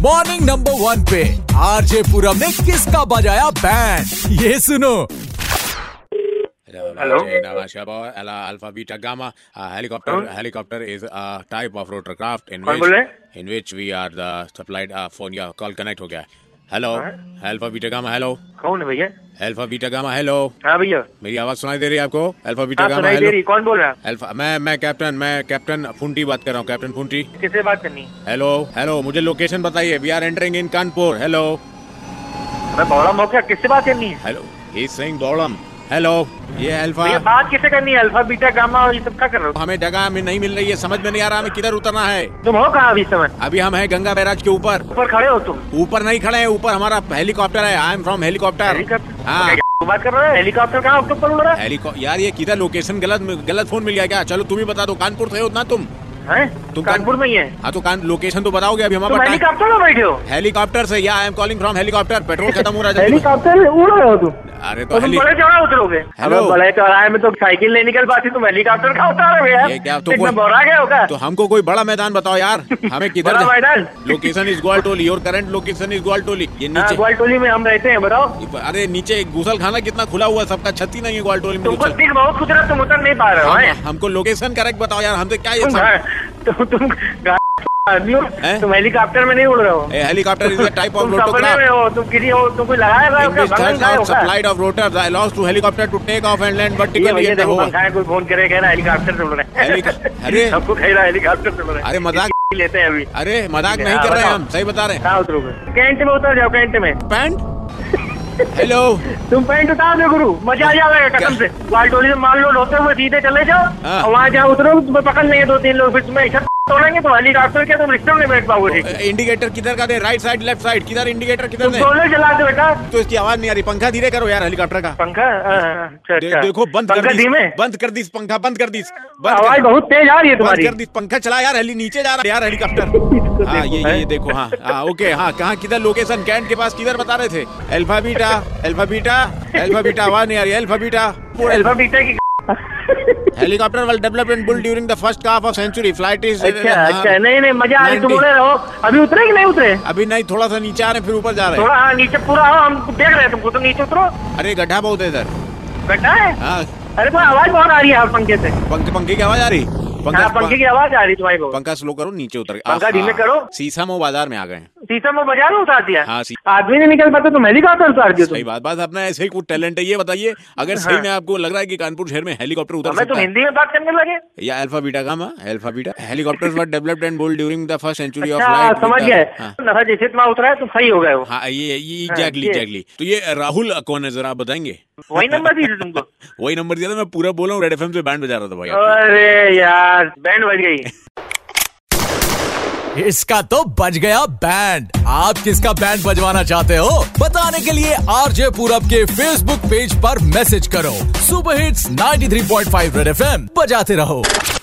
Number one पे RJ Purab ने किसका बजाया बैंड ये सुनो Hello? Alpha Beta Gamma. Uh, helicopter Hello? helicopter is a type of rotor craft in कौन which बोल रहे हैं? in which we are the supplied uh, phone या call connect हो गया है. Hello, हाँ। Alpha Beta Gamma. Hello, कौन है भैया Alpha Beta Gamma. Hello. हाँ भैया मेरी आवाज सुनाई दे रही है आपको Alpha Beta हाँ Gamma. सुनाई दे Hello. रही कौन बोल रहा है Alpha मैं मैं कैप्टन मैं कैप्टन फुंटी बात कर रहा हूँ कैप्टन फुंटी किससे बात करनी हेलो हेलो मुझे लोकेशन बताइए we are entering in Kanpur hello मैं बौड़ा मौका किससे बात करनी है हेलो ही सिंह बौड़म हेलो ये अल्फा भैया बात किससे करनी है अल्फा बीटा गामा और ये सब क्या कर रहे हो हमें जगह में नहीं मिल रही है समझ में नहीं आ रहा हमें किधर उतरना है तुम हो कहाँ अभी इस समय अभी हम हैं गंगा बैराज के ऊपर ऊपर खड़े हो तुम ऊपर नहीं खड़े हैं ऊपर हमारा हेलीकॉप्टर है I am from helicopter helicopter हाँ तू बात कर रहा है हेलीकॉप्टर कहाँ ऊपर उड़ रहा है हेलीकॉप्टर यार ये किधर लोकेशन गलत गलत फोन मिल गया क्या चलो तुम ही बता दो कानपुर थे हो ना तुम हैं? तुम कानपुर में ही है हाँ तो कान लोकेशन तो बताओगे अभी तुम हमारे हेलीकॉप्टर में बैठे हो हेलीकॉप्टर से या I am calling from helicopter petrol खत्म हो रहा है जल्दी- हेलीकॉप्टर में उड़ रहे हो तुम अरे तो और तुम हेली बड़े चौड़ा उतरोगे Hello? अब बड़े चौराहे में तो साइकिल नहीं निकल पाती तुम हेलीकॉप्टर कहाँ उतार रहे हो यार ये क्या तुम इतना कोई- बौरा गया होगा तो हमको कोई बड़ा मैदान बताओ यार हमें किधर बड़ा मैदान? लोकेशन इज गोल टोली और current location is Gol Toli ये हाँ, नीचे ग्वाल टोली में हम रहते हैं बताओ अरे नीचे गुसल खाना कितना खुला हुआ है, सबका छत ही नहीं है गोल टोली में तुमको गुसल- तो दिख बहुत कुछ रहा तुम उतर नहीं पा रहे हो हैं? हम- हमको लोकेशन करेक्ट बताओ यार हमसे क्या ये तुम हाँ। सब- गा- तुम तुम गा- आदमी हो हैं? तुम हेलीकॉप्टर में नहीं उड़ रहे हो ए, helicopter is a type of तुम सपने में रोटोक्राफ्ट हो तुम किसी हो तुम कोई लगाया हुआ है क्या? तो English भगवान terms का are होगा? supplied of rotors. I lost to helicopter to take off and land ये vertically भैया at the देखो hole. पंखा है, कोई फोन करे कह रहा है हेलीकॉप्टर से उड़ रहा हेलीक- अरे। है हमको कह रहा है हेलीकॉप्टर से उड़ रहा है अरे मजाक ये लेते हैं अभी अरे मजाक नहीं हाँ, कर रहे हैं बताओ। हम सही बता रहे हैं कहाँ उतरोगे कैंट में उतर जाओ कैंट में पैंट हेलो तुम पैंट उतार दो गुरु मजा आ जाएगा कसम से ग्वाल टोली से माल लोड होते हुए सीधे चले जाओ हाँ। और वहाँ जहाँ उतरो तुम्हें पकड़ लेंगे दो तीन लोग फिर तुम्हें इधर तोड़ेंगे तो हेलीकॉप्टर के तुम रिक्शा में नहीं बैठ पाओगे ठीक इंडिकेटर किधर का दे राइट साइड लेफ्ट साइड किधर इंडिकेटर किधर तुम दे सोलर चला दो बेटा तो इसकी आवाज नहीं आ रही पंखा धीरे करो यार हेलीकॉप्टर का पंखा हाँ, हाँ, अच्छा दे- अच्छा देखो बंद कर पंखा दी धीमे बंद कर दी पंखा बंद कर दी बंद आवाज कर- बहुत तेज आ रही है बंद तुम्हारी कर दी पंखा चला यार हेली नीचे जा रहा है यार इसको हेलीकॉप्टर हाँ देखो, ये हैं? ये, ये देखो हाँ हाँ ओके हाँ कहाँ किधर लोकेशन कैंट के पास किधर बता रहे थे alpha beta alpha beta alpha beta आवाज नहीं आ रही अल्फा बीटा अल्फा बीटा की हेलीकॉप्टर वाल development bull during the first half of century flight is हाँ। अच्छा अच्छा नहीं नहीं मजा आ रही तुम 90 उड़े रहो अभी उतरे कि नहीं उतरे अभी नहीं थोड़ा सा नीचे आ रहे हैं, फिर ऊपर जा रहे थोड़ा हाँ नीचे पूरा आओ हम देख रहे हैं तुमको तुम नीचे उतरो हैं अरे गड्ढा बहुत है इधर बैठा है हाँ अरे पर आवाज बहुत आ रही है हर पंखे से पंखे पंखे की आवाज आ रही हाँ पंखे की आवाज आ रही है तुम्हारी बहुत पंखा स्लो करो नीचे उतर हाँ, पंखा धीमे करो। सीसा मो बाजार में आ गए हैं। शीशम में बाजार में उतार दिया हाँ, सी- आदमी नहीं निकल तो पाता तुम हेलीकॉप्टर उतार दियो सही तुम बात बात अपना ऐसे ही कुछ टैलेंट है ये बताइए अगर सही हाँ। में आपको लग रहा है कि कानपुर शहर में हेलीकॉप्टर उतर हमें तो तुम सकता है हिंदी में बात करने लगे या अल्फा बीटा का माँ alpha beta helicopter were developed and built during the first century of अच्छा लाइट समझ गए नशा जैसे तुम्हारा उतरा है तुम सही हो गए हो हाँ ये ये हाँ, एग्जैक्टली ये। एग्जैक्टली तो ये राहुल कौन है जरा आप बताएंगे वही नंबर दी थी तुमको वही नंबर दिया था मैं पूरा बोला हूँ रेड एफ से बैंड बजा रहा था भाई आपका। अरे यार बैंड बज गई इसका तो बज गया बैंड आप किसका बैंड बजवाना चाहते हो बताने के लिए आरजे पूरब के फेसबुक पेज पर मैसेज करो सुपर हिट्स 93.5 रेड एफएम बजाते रहो